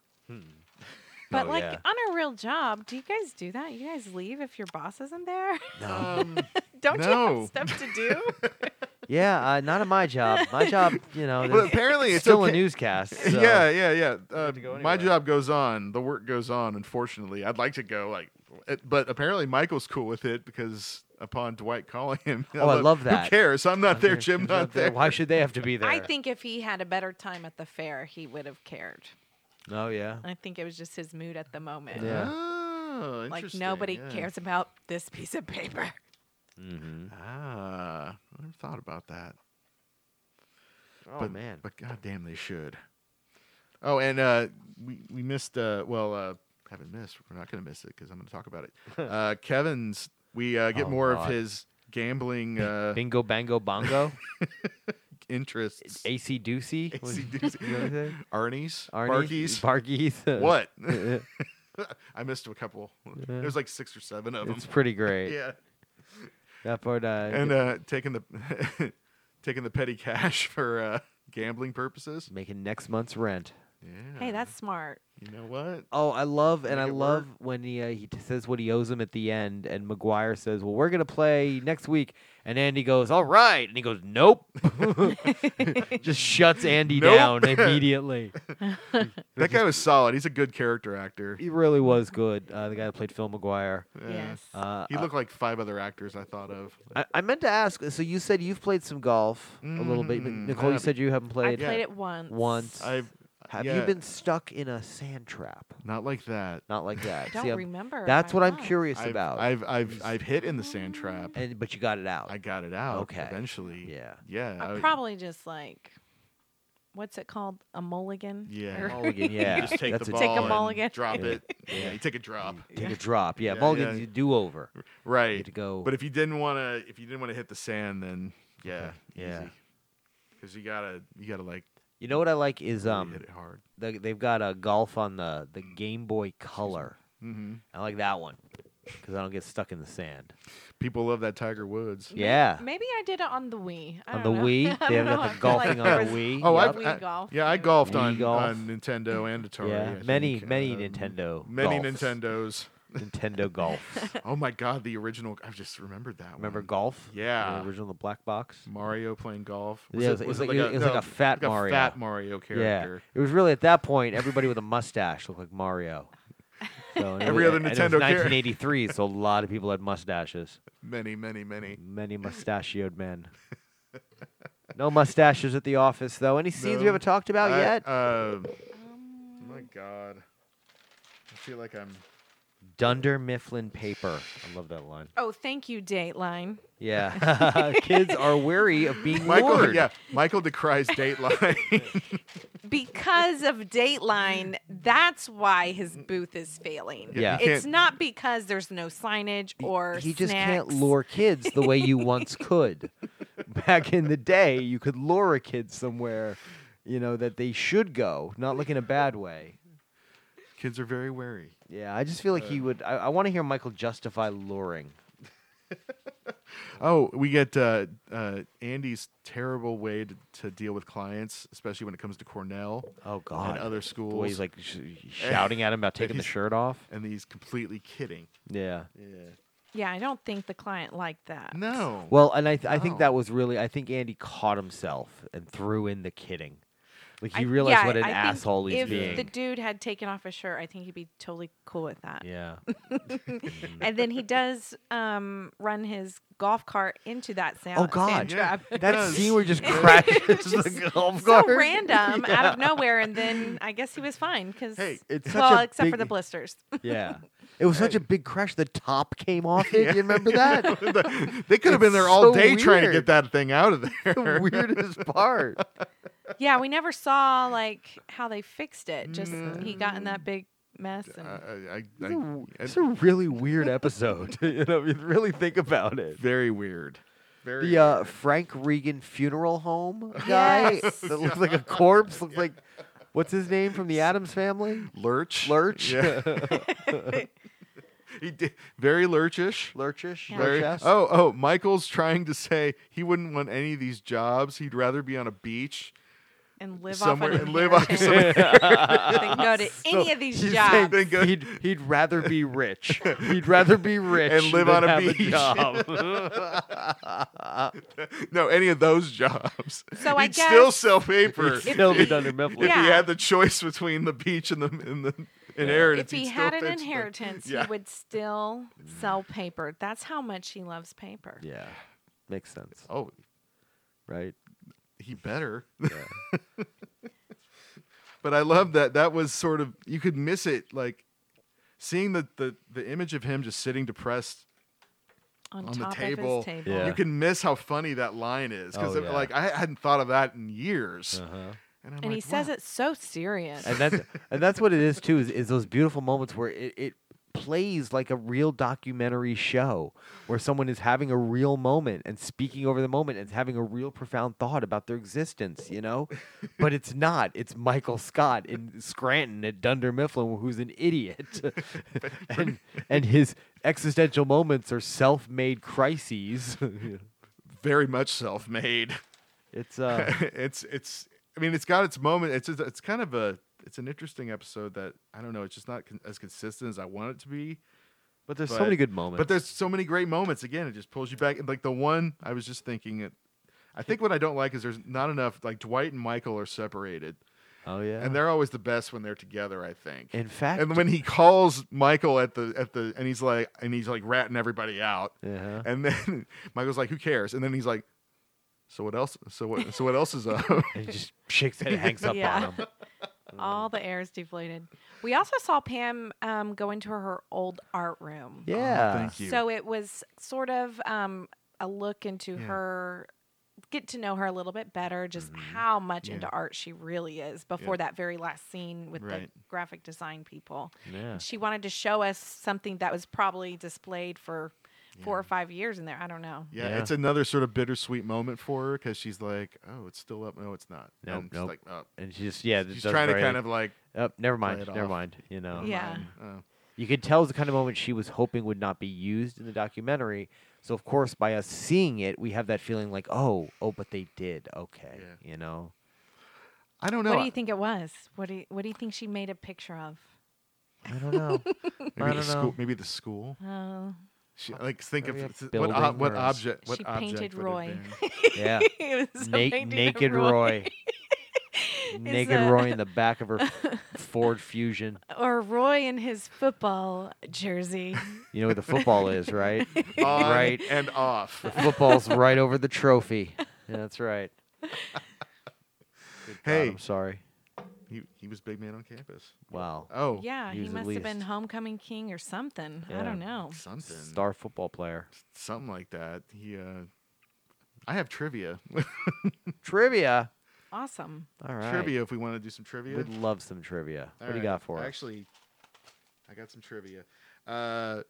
But Oh, like yeah. on a real job, do you guys do that? You guys leave if your boss isn't there? Um, Don't No. you have stuff to do? Yeah, uh, not at my job. My job, you know, but there's- apparently it's still okay. a newscast. so- Yeah, yeah, yeah. Uh, have to go my anyway. job goes on. The work goes on. Unfortunately, I'd like to go. Like, it- but apparently Michael's cool with it because upon Dwight calling him, Oh, I love that. Who cares? I'm not there. Jim, not there. Why should they have to be there? I think if he had a better time at the fair, he would have cared. Oh yeah. I think it was just his mood at the moment. Yeah. Oh, Like interesting, nobody yeah. cares about this piece of paper. Ah, I never thought about that. Oh but, man. But goddamn, they should. Oh, and uh, we we missed. Uh, well, uh, haven't missed. We're not gonna miss it because I'm gonna talk about it. Uh, Kevin's. We uh, get Oh, more of God. his gambling uh, Bingo, bango, bongo, interests. AC Ducey, was- AC/DC. you know what I'm saying? Arnie's, Arnie's, Barkeys. Barkies. what? Uh, I missed a couple. There's like six or seven of them. it's pretty great. Yeah, That part. Uh, and uh, taking the taking the petty cash for uh, gambling purposes. making next month's rent. Yeah. Hey, that's smart. You know what? Oh, I love and Make I it love work. when he uh, he t- says what he owes him at the end, and McGuire says, "Well, we're gonna play next week," and Andy goes, "All right," and he goes, "Nope," just shuts Andy Nope. down immediately. That guy was solid. He's a good character actor. he really was good. Uh, the guy that played Phil McGuire. Yeah. Yes. Uh, He looked like five other actors I thought of. I, I meant to ask. So you said you've played some golf a little bit. but Mm, Nicole, you yeah. said you haven't I played. Yeah. played it once. Once. I've Have you yeah. been stuck in a sand trap? not like that. Not like that. I don't See, I'm- remember. if that's I what I'm won. curious I've, about. I've I've I've hit in the sand trap. and but you got it out. I got it out Okay. eventually. yeah. Yeah. I I'm would- probably just like, what's it called? A mulligan? Yeah. Or- Mulligan, you yeah. just take That's the a ball Take a and mulligan. drop Yeah. it. Yeah, you take a drop. Take a drop. Yeah, Yeah, Mulligan's yeah. a do-over. You Right. had to go. But if you didn't want to, if you didn't want to hit the sand, then yeah, Yeah. Because you gotta, you gotta like you know what I like is really um hit it hard. they, they've got a golf on the the Game Boy Color. hmm I like that one because I don't get stuck in the sand. People love that Tiger Woods. May- Yeah. Maybe I did it on the Wii. I On the don't know. Wii, I they have don't know. got the I feel like golfing there on was- the Wii. Oh, yep. I've, Wii I- golf, yeah, I too. golfed Wii on, golf. on Nintendo and Atari. Yeah, I many, think, many um, Nintendo Many golfs. Nintendos. Nintendo Golf. Oh my God, the original! I just remembered that. Remember one. golf? Yeah. the original the black box. Mario playing golf. Yeah, it was- it was like- it was like a fat like Mario. fat Mario character. Yeah, it was really at that point everybody with a mustache looked like Mario. So, and it Every was- other and it was Nintendo character. 1983, so a lot of people had mustaches. Many, many, many. Many mustachioed men. No mustaches at the office, though. Any scenes we No. haven't talked about I- yet? uh, oh my God, I feel like I'm. Dunder Mifflin paper. I love that line. Oh, thank you, Dateline. Yeah, kids are weary of being Michael, lured. yeah, Michael decries Dateline. Because of Dateline, that's why his booth is failing. Yeah. Mm. you It's can't- not because there's no signage or he just can't snacks. lure kids the way you once could. Back in the day, you could lure a kid somewhere, you know, that they should go, not like in a bad way. Kids are very wary. Yeah, I just feel like he Uh. would. I, I want to hear Michael justify luring. Oh, we get uh, uh, Andy's terrible way to, to deal with clients, especially when it comes to Cornell Oh and God, other the schools. way he's like sh- shouting at him about taking the he's- shirt off. and he's completely kidding. Yeah. Yeah. Yeah, I don't think the client liked that. No. Well, and I th- I think No. Oh. that was really. I think Andy caught himself and threw in the kidding. Like he I- realized yeah, what an I think asshole he's if being. the dude had taken off his shirt, I think he'd be totally cool with that. yeah. And then he does um, run his golf cart into that sound. Oh God, Yeah, that does. scene where he just crashes the golf so cart. random out of nowhere, and then I guess he was fine because Hey, It's such well, a except for the big- blisters. Yeah, it was such a big crash. The top came off it. You remember that? they could have been It's there so all day trying to weird. get that thing out of the there. weirdest part. yeah, we never saw like how they fixed it. Just he got in Mm. that big mess. I, And I, I, It's a, I- it's a really weird episode. you know, if you really think about it. very weird. Very The uh, weird. Frank Regan funeral home guy Yes. that looks like a corpse. Looks like what's his name from the Adams Family? lurch. Lurch. Yeah. he did, very lurchish. Lurchish. Yeah. Very- Lurch-esque. oh, oh, Michael's trying to say he wouldn't want any of these jobs. He'd rather be on a beach and live somewhere off and live off some They go to any of these He's saying jobs. Then go- he'd, he'd rather be rich. He'd rather be rich And live than on a have beach. job. no, any of those jobs. So He'd I still guess sell paper. He'd still be Dunder Mifflin. If he Yeah. had the choice between the beach and the and the inheritance, if he he'd had still an pitch the- inheritance, Yeah. Mm. he would still sell paper. That's how much he loves paper. Yeah, makes sense, Oh, right? he better. but I love that. That was sort of you could miss it, like seeing the the, the image of him just sitting depressed. On, On the top table. of his table. Yeah. You can miss how funny that line is because Oh, yeah. like I hadn't thought of that in years. Uh-huh. And, I'm And he like, says wow. it's so serious. And that's and that's what it is too. Is, is those beautiful moments where it, it plays like a real documentary show, where someone is having a real moment and speaking over the moment and having a real profound thought about their existence. You know, but it's not. It's Michael Scott in Scranton at Dunder Mifflin, who's an idiot, and and his existential moments are self-made crises. very much self-made. it's uh. it's it's I mean it's got its moment. It's it's kind of a it's an interesting episode that I don't know. It's just not con- as consistent as I want it to be. But there's so But- many good moments. But there's so many great moments. Again, it just pulls you back. And like the one I was just thinking, it, I think what I don't like is there's not enough. Like Dwight and Michael are separated, oh yeah. and they're always the best when they're together. I think. in fact. and when he calls Michael at the at the and he's like and he's like ratting everybody out, uh-huh. and then Michael's like, "Who cares?" And then he's like, "So what else? So what? So what else is up?" and he just shakes it and hangs up Yeah. on him. All the air is deflated. We also saw Pam um, go into her old art room. Yeah. Oh, Thank you. So it was sort of um, a look into Yeah. Mm-hmm. her, get to know her a little bit better, just how much Yeah. into art she really is before that very last scene with Right. the graphic design people. yeah. She wanted to show us something that was probably displayed for four or five years in there. I don't know. Yeah, Yeah. it's another sort of bittersweet moment for her because she's like, "Oh, it's still up. No, it's not." Nope, and she's nope. like, "Oh." And she just yeah. She's does trying to very, kind of like, Oh, never mind. it Never off. mind. You know. Yeah. oh, You could tell it was the kind of moment she was hoping would not be used in the documentary. So of course, by us seeing it, we have that feeling like, oh, oh, but they did. Okay, Yeah. you know. I don't know. what do you think it was? What do you, What do you think she made a picture of? I don't know. Maybe I the don't school. know. Maybe the school. Oh, She, like think Maybe a of th- what ob- building what or a s- object. What She object painted would it Roy. have been? Yeah. it was Na- something to naked Roy. Roy. naked a- Roy in the back of her Ford Fusion. or Roy in his football jersey. You know where the football is, right? On Right. and off. The football's right over the trophy. Yeah, that's right. Good God, Hey. I'm sorry. he, he was big man on campus. Wow. Oh, yeah, he Use at must have been least. homecoming king or something. I Yeah. don't know. something, Star football player. something like that. He. uh I have trivia. Trivia. Awesome. All right. Trivia, if we want to do some trivia. We'd love some trivia. All what do you right. got for us? Actually, I got some trivia. Uh,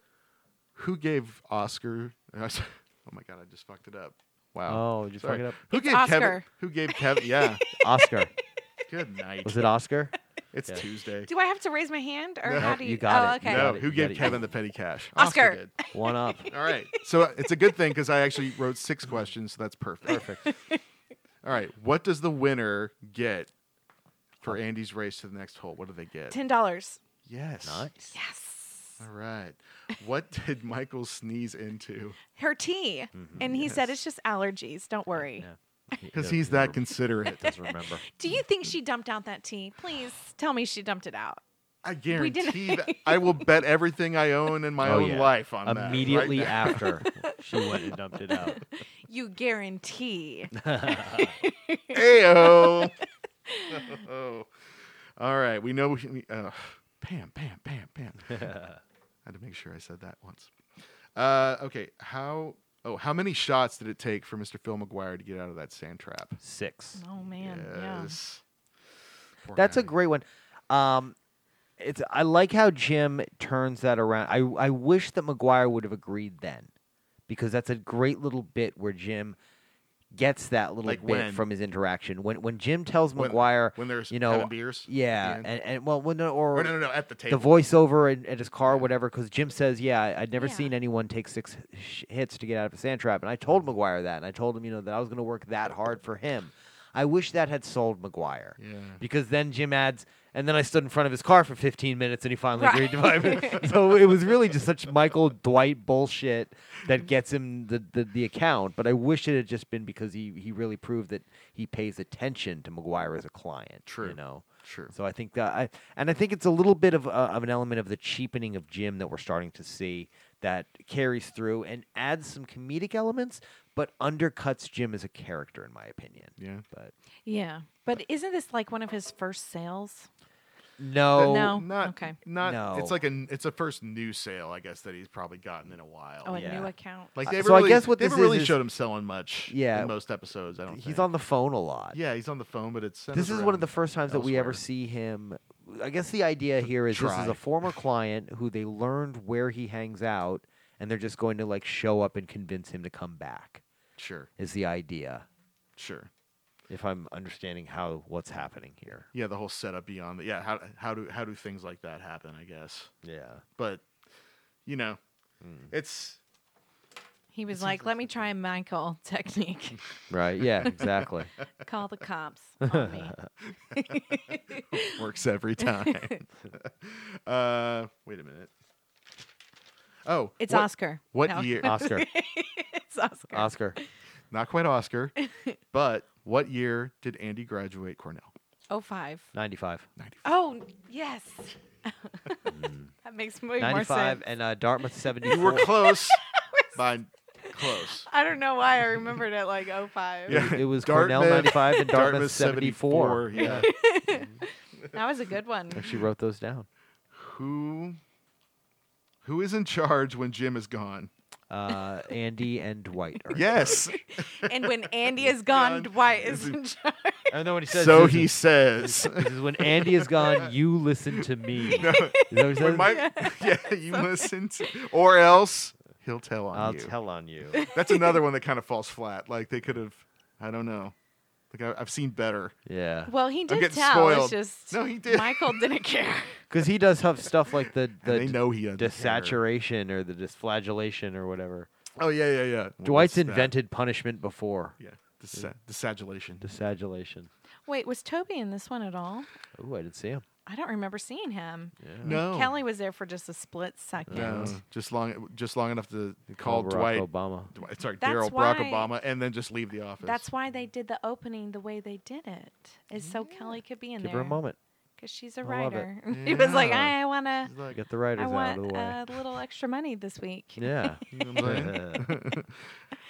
who gave Oscar? oh my god, I just fucked it up. Wow. Oh, did you fuck Sorry. it up? Who It's gave Kevin? Oscar. Who gave Kevin? Yeah. Oscar. Good night. Was it Oscar? It's Yeah. Tuesday. Do I have to raise my hand or No. how do you? You got oh, it. okay. No, You who got gave it. Kevin the petty cash? Oscar. did. One up. All right. So uh, it's a good thing because I actually wrote six questions, so that's perfect. Perfect. All right. What does the winner get for Andy's race to the next hole? What do they get? Ten dollars. Yes. Nice. Yes. All right. What did Michael sneeze into? Her tea, and he said it's just allergies. Don't worry. Mm-hmm. Yeah. Because he's that considerate. Doesn't remember. Do you think she dumped out that tea? Please tell me she dumped it out. I didn't- guarantee that I will bet everything I own in my Oh, own yeah. life on that. Immediately right now. after she went and dumped it out. You guarantee. Ayo. oh. All right. We know. We, we- uh, Pam, Pam, Pam, Pam. I had to make sure I said that once. Uh, okay. How. Oh, how many shots did it take for Mr. Phil McGuire to get out of that sand trap? Six. Oh man. Yes. Poor That's a guy. great one. Um, it's I like how Jim turns that around. I I wish that McGuire would have agreed then, because that's a great little bit where Jim gets that little Like bit when? from his interaction when when Jim tells When- McGuire when there's you know having beers. at the yeah end? and, and well when or, Or no, no, no, at the the table. voiceover and, and his car, or whatever, because Jim says, "Yeah, I, I'd never Yeah. seen anyone take six sh- hits to get out of a sand trap." And I told McGuire that, and I told him, you know, that I was going to work that hard for him. I wish that had sold McGuire, Yeah. because then Jim adds, and then I stood in front of his car for 15 minutes, and he finally Right. agreed to buy me. so it was really just such Michael Dwight bullshit that gets him the, the the account. But I wish it had just been because he he really proved that he pays attention to McGuire as a client. True. You know. Sure. So I think that I and I think it's a little bit of uh, of an element of the cheapening of Jim that we're starting to see that carries through and adds some comedic elements, but undercuts Jim as a character, in my opinion. Yeah. But Yeah. But isn't this like one of his first sales? no, No. Not, Okay. Not. No. It's like a. It's a first new sale, I guess, that he's probably gotten in a while. Oh, a Yeah. new account. Like Uh, they so I really, guess what they this haven't really is is- showed him selling much. Yeah. in most episodes, I don't. he's think. on the phone a lot. Yeah, he's on the phone, but it's centers this is one around of the first times that we ever elsewhere. see him. I guess the idea here is this is try. a former client who they learned where he hangs out, and they're just going to like show up and convince him to come back. Sure, Is the idea? sure. If I'm understanding how what's happening here. Yeah, the whole setup beyond. The, yeah, how how do how do things like that happen? I guess, Yeah. Hmm. but you know, it's He was like, "Let me try Michael technique. Right. Yeah, exactly. Call the cops on me." Works every time. uh, wait a minute. Oh, It's what, Oscar. What No. year? Oscar. it's Oscar. Oscar. Not quite Oscar, but what year did Andy graduate Cornell? Oh five. 95. Oh yes. Hmm. that makes way more 95 sense. and uh, Dartmouth 74. You were close. by close. I don't know why I remembered it like oh five. Yeah. It was Cornell Dartmouth- 95 and Dartmouth, 74. 74. Yeah. That was a good one. She wrote those down. who who is in charge when Jim is gone? Uh, Andy and Dwight. Are Yes. And when Andy is gone, Gone. Dwight is in charge. I know when he says. so this he is- says. This is when Andy is gone, you listen to me. Is that what he says? When Mike, yeah, you listen to, or else he'll tell on I'll you. tell on you. That's another one that kind of falls flat. Like they could have, I don't know. Like I, I've seen better. Yeah. Well, he did getting tell. spoiled. It's just No, he did. Michael didn't care. Because he does have stuff like the, And they the know he doesn't care. desaturation or the disflagellation or whatever. Oh yeah, yeah, yeah. Well, Dwight's that's that. invented punishment before. Yeah, desa- desagulation. Disagulation. Wait, was Toby in this one at all? Ooh, I didn't see him. I don't remember seeing him. no, Kelly was there for just a split second. no, just long, just long enough to call Barack Dwight. Obama. Dwight, sorry, That's Daryl, Barack why- Obama, and then just leave the office. That's why they did the opening the way they did it, is so Kelly could be in Give there her a moment. because she's a I love it. writer. he was like, Yeah. I, I wanna, He's like, uh, Get the I writers out of the want way. a little extra money this week. yeah. you know what I'm saying?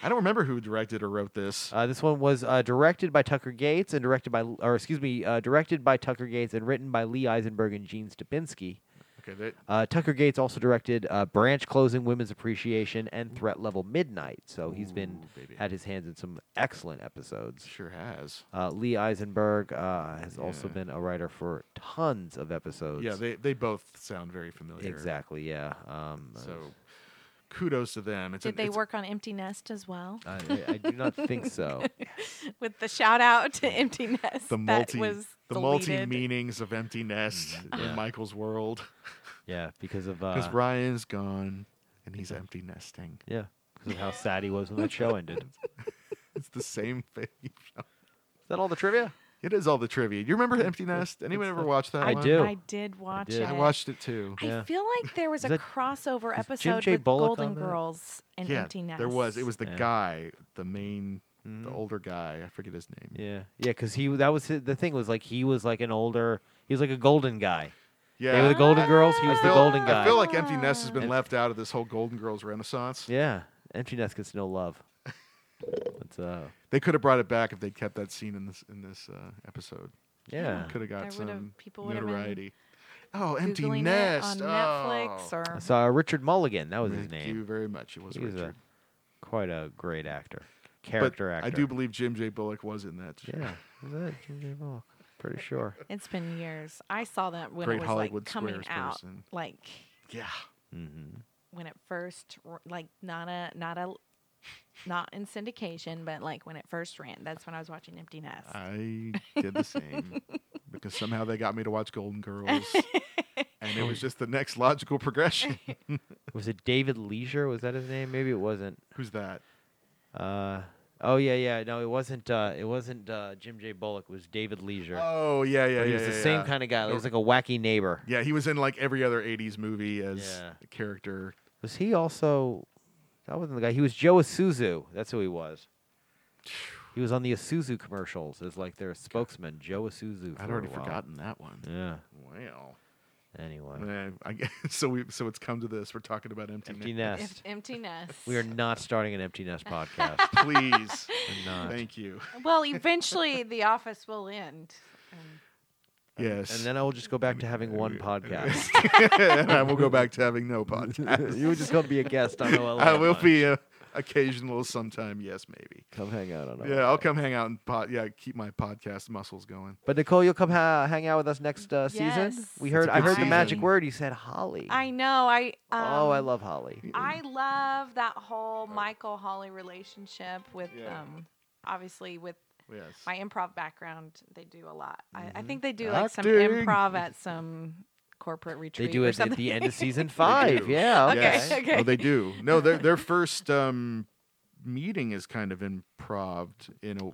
I don't remember who directed or wrote this. Uh, this one was uh, directed by Tucker Gates and directed by, or excuse me, uh, directed by Tucker Gates and written by Lee Eisenberg and Gene Stupinski. Okay, that, Uh, Tucker Gates also directed uh, Branch Closing, Women's Appreciation, and Threat Level Midnight. So he's been Mm-hmm. Ooh, baby. had his hands in some excellent episodes. sure has. Uh, Lee Eisenberg uh, has also Yeah. been a writer for tons of episodes. Yeah, they they both sound very familiar. exactly. Yeah. Um, uh, So, kudos to them. It's Did an- they it's- work on Empty Nest as well? I, I do not think so. With the shout out to Empty Nest. The multi, that was the multi deleted. meanings of empty nest Mm, Yeah. in Michael's world. Yeah, because of Because uh, Ryan's gone and he's empty nesting. yeah, because of how sad he was when that show ended. Is It's the same thing. that all the trivia? It is all the trivia. You remember Empty Nest? Anyone ever watch that? I one? do. I did watch did. it. I watched it too. I Yeah. feel like there was Is a that- crossover is Jim episode J. with Bullock on Golden that? Girls and yeah, Empty Nest. there was. It was the Yeah. Mm-hmm. guy, the main, the older guy. I forget his name. Yeah, yeah, because he that was his, the thing was like he was like an older, he was like a golden guy. Yeah. They were the Golden Girls. He was I the feel- golden guy. I feel like Empty Nest has been And- left out of this whole Golden Girls renaissance. yeah, empty nest gets no love. That's uh, They could have brought it back if they'd kept that scene in this in this uh, episode. yeah. Could have got There would've- some people would've been notoriety. Oh, Empty Googling Nest it on Netflix Oh. I or saw Richard Mulligan. That was his Thank you name. very much. It was He was a Richard. quite a great actor, But character actor. I do believe Jim J. Bullock was in that. Yeah, was that Jim J. Bullock? Pretty sure. it's been years. I saw that when Great it was Hollywood like coming Squares out, person. like Yeah. Mm-hmm. when it first, r- like not a not a not in syndication, but like when it first ran. That's when I was watching Empty Nest. Ah, I did the same because somehow they got me to watch Golden Girls, and it was just the next logical progression. Was it David Leisure? Was that his name? Maybe it wasn't. Who's that? Uh, oh yeah, yeah. No, it wasn't. Uh, it wasn't uh, Jim J. Bullock. It was David Leisure. Oh yeah, But yeah, yeah. he was the yeah, same yeah. kind of guy. He was like a wacky neighbor. Yeah, he was in like every other '80s movie as Yeah. a character. Was he also? That wasn't the guy. He was Joe Isuzu. That's who he was. He was on the Isuzu commercials as like their spokesman, Joe Isuzu. I'd for a already while. forgotten that one. Yeah. Wow. Anyway, Man, I guess, so we so it's come to this. We're talking about empty, empty net. Em- nest. Empty Nest. We are not starting an empty nest podcast. Please, We're not. thank you. well, eventually The Office will end. Yes, And then I will just go back to having one podcast. and I will go back to having no podcast. you were just going to be a guest on OLM. I will be uh occasional sometime. Yes, maybe. Come hang out on OLM. Yeah, I'll come hang out and pod. Yeah, keep my podcast muscles going. But Nicole, you'll come ha- hang out with us next uh, season. Yes. We That's heard. a I good heard the magic season. word. You said Holly. I know. I um, oh, I love Oh. Holly. I love that whole Michael Holly relationship with Yeah. um obviously with Yes. my improv background they do a lot. I, Mm-hmm. I think they do like some Acting. improv at some corporate They retreat do or it at something. the end of season They five. do. Yeah. Yes. okay. Oh, they do. No, their their first um meeting is kind of improv in a,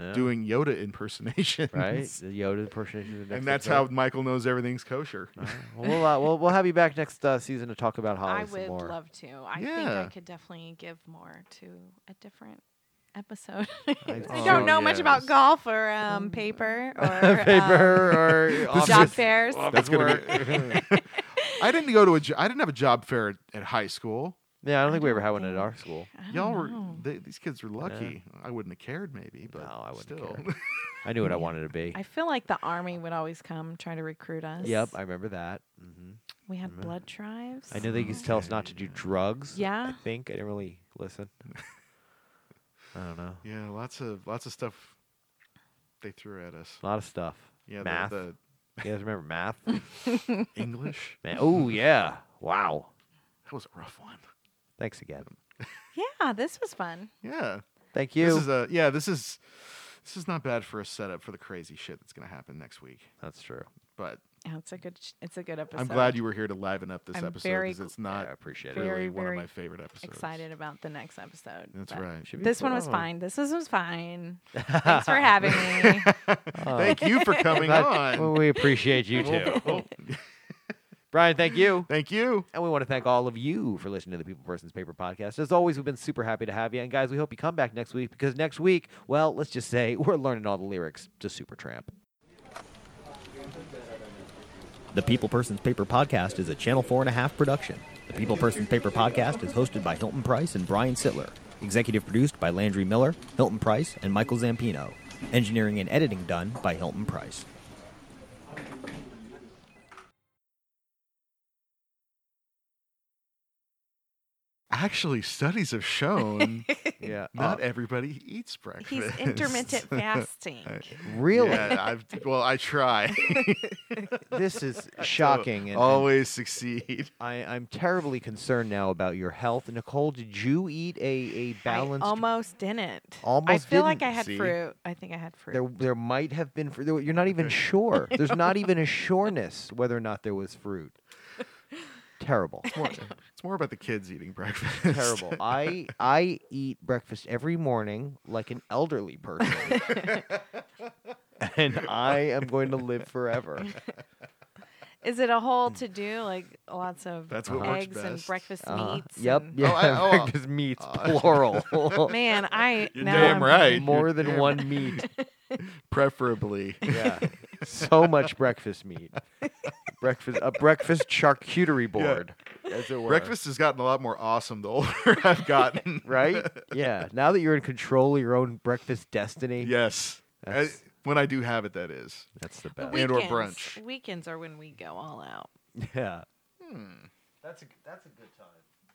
Yeah. doing Yoda impersonation, right? The Yoda impersonation. of the next and that's how episode. Michael knows everything's kosher. Well, we'll, uh, we'll we'll have you back next uh, season to talk about Holly I some would more. love to. I think Yeah. I could definitely give more to a different episode. I, oh, don't know much about yes. golf or um, paper or Paper or um, office job fairs. That's gonna be. work. I didn't go to a. jo- I didn't have a job fair at, at high school. yeah, I don't think we ever don't had one at think- our school. I don't Y'all were know. they, these kids were lucky. I wouldn't have cared maybe, but No, I wouldn't still. care. I knew what I wanted to be. I feel like the army would always come try to recruit us. Yep, I remember that. hmm we had remember. blood drives. I knew they used to tell us not to do drugs. I Yeah. think I didn't really listen. I don't know. yeah, lots of lots of stuff they threw at us. A lot of stuff. Yeah, the- math. the You guys remember math? English. Man, oh yeah. Wow. That was a rough one. Thanks again. Yeah, this was fun. Yeah. Thank you. This is a yeah, this is this is not bad for a setup for the crazy shit that's going to happen next week. That's true. But Yeah, it's a good. sh- It's a good episode. I'm glad you were here to liven up this I'm episode very because it's I not appreciate really it. very, one of very my favorite episodes. excited about the next episode. That's but right. Should be This one fun. was fine. This one was fine. Thanks for having me. Thank you for coming That- on. Oh, well, we appreciate you too. Brian, thank you. Thank you. And we want to thank all of you for listening to the People Persons Paper podcast. As always, we've been super happy to have you. And guys, we hope you come back next week because next week, well, let's just say we're learning all the lyrics to Supertramp. The People Persons Paper Podcast is a Channel 4.5 production. The People Persons Paper Podcast is hosted by Hilton Price and Brian Sittler. Executive produced by Landry Miller, Hilton Price, and Michael Zampino. Engineering and editing done by Hilton Price. Actually, studies have shown Yeah. not everybody eats breakfast. Uh, He's intermittent fasting. really? Yeah, I've, well, I try. This is shocking. And, and Always succeed. I, I'm terribly concerned now about your health. Nicole, did you eat a, a balanced I almost didn't. Almost I feel like I didn't, had see? fruit. I think I had fruit. there there might have been fruit. You're not even sure. There's not even a sureness whether or not there was fruit. Terrible. It's more, it's more about the kids eating breakfast. Terrible. I I eat breakfast every morning like an elderly person. and I am going to live forever. Is it a Hmm. whole to do like lots of That's what works eggs and best. breakfast Uh-huh. meats? Yep. and- Yeah. I- oh, uh, breakfast meats uh, plural. Man, I You're now damn I'm- right. You're More than damn- one meat. Preferably. Yeah. So much breakfast meat. Breakfast a breakfast charcuterie board. As it were. Breakfast has gotten a lot more awesome the older I've gotten. right? Yeah. Now that you're in control of your own breakfast destiny, Yes. I- That's- when I do have it, that is. that's the the best. And or weekends- brunch. Weekends are when we go all out. Hmm. Yeah. That's a that's a good time.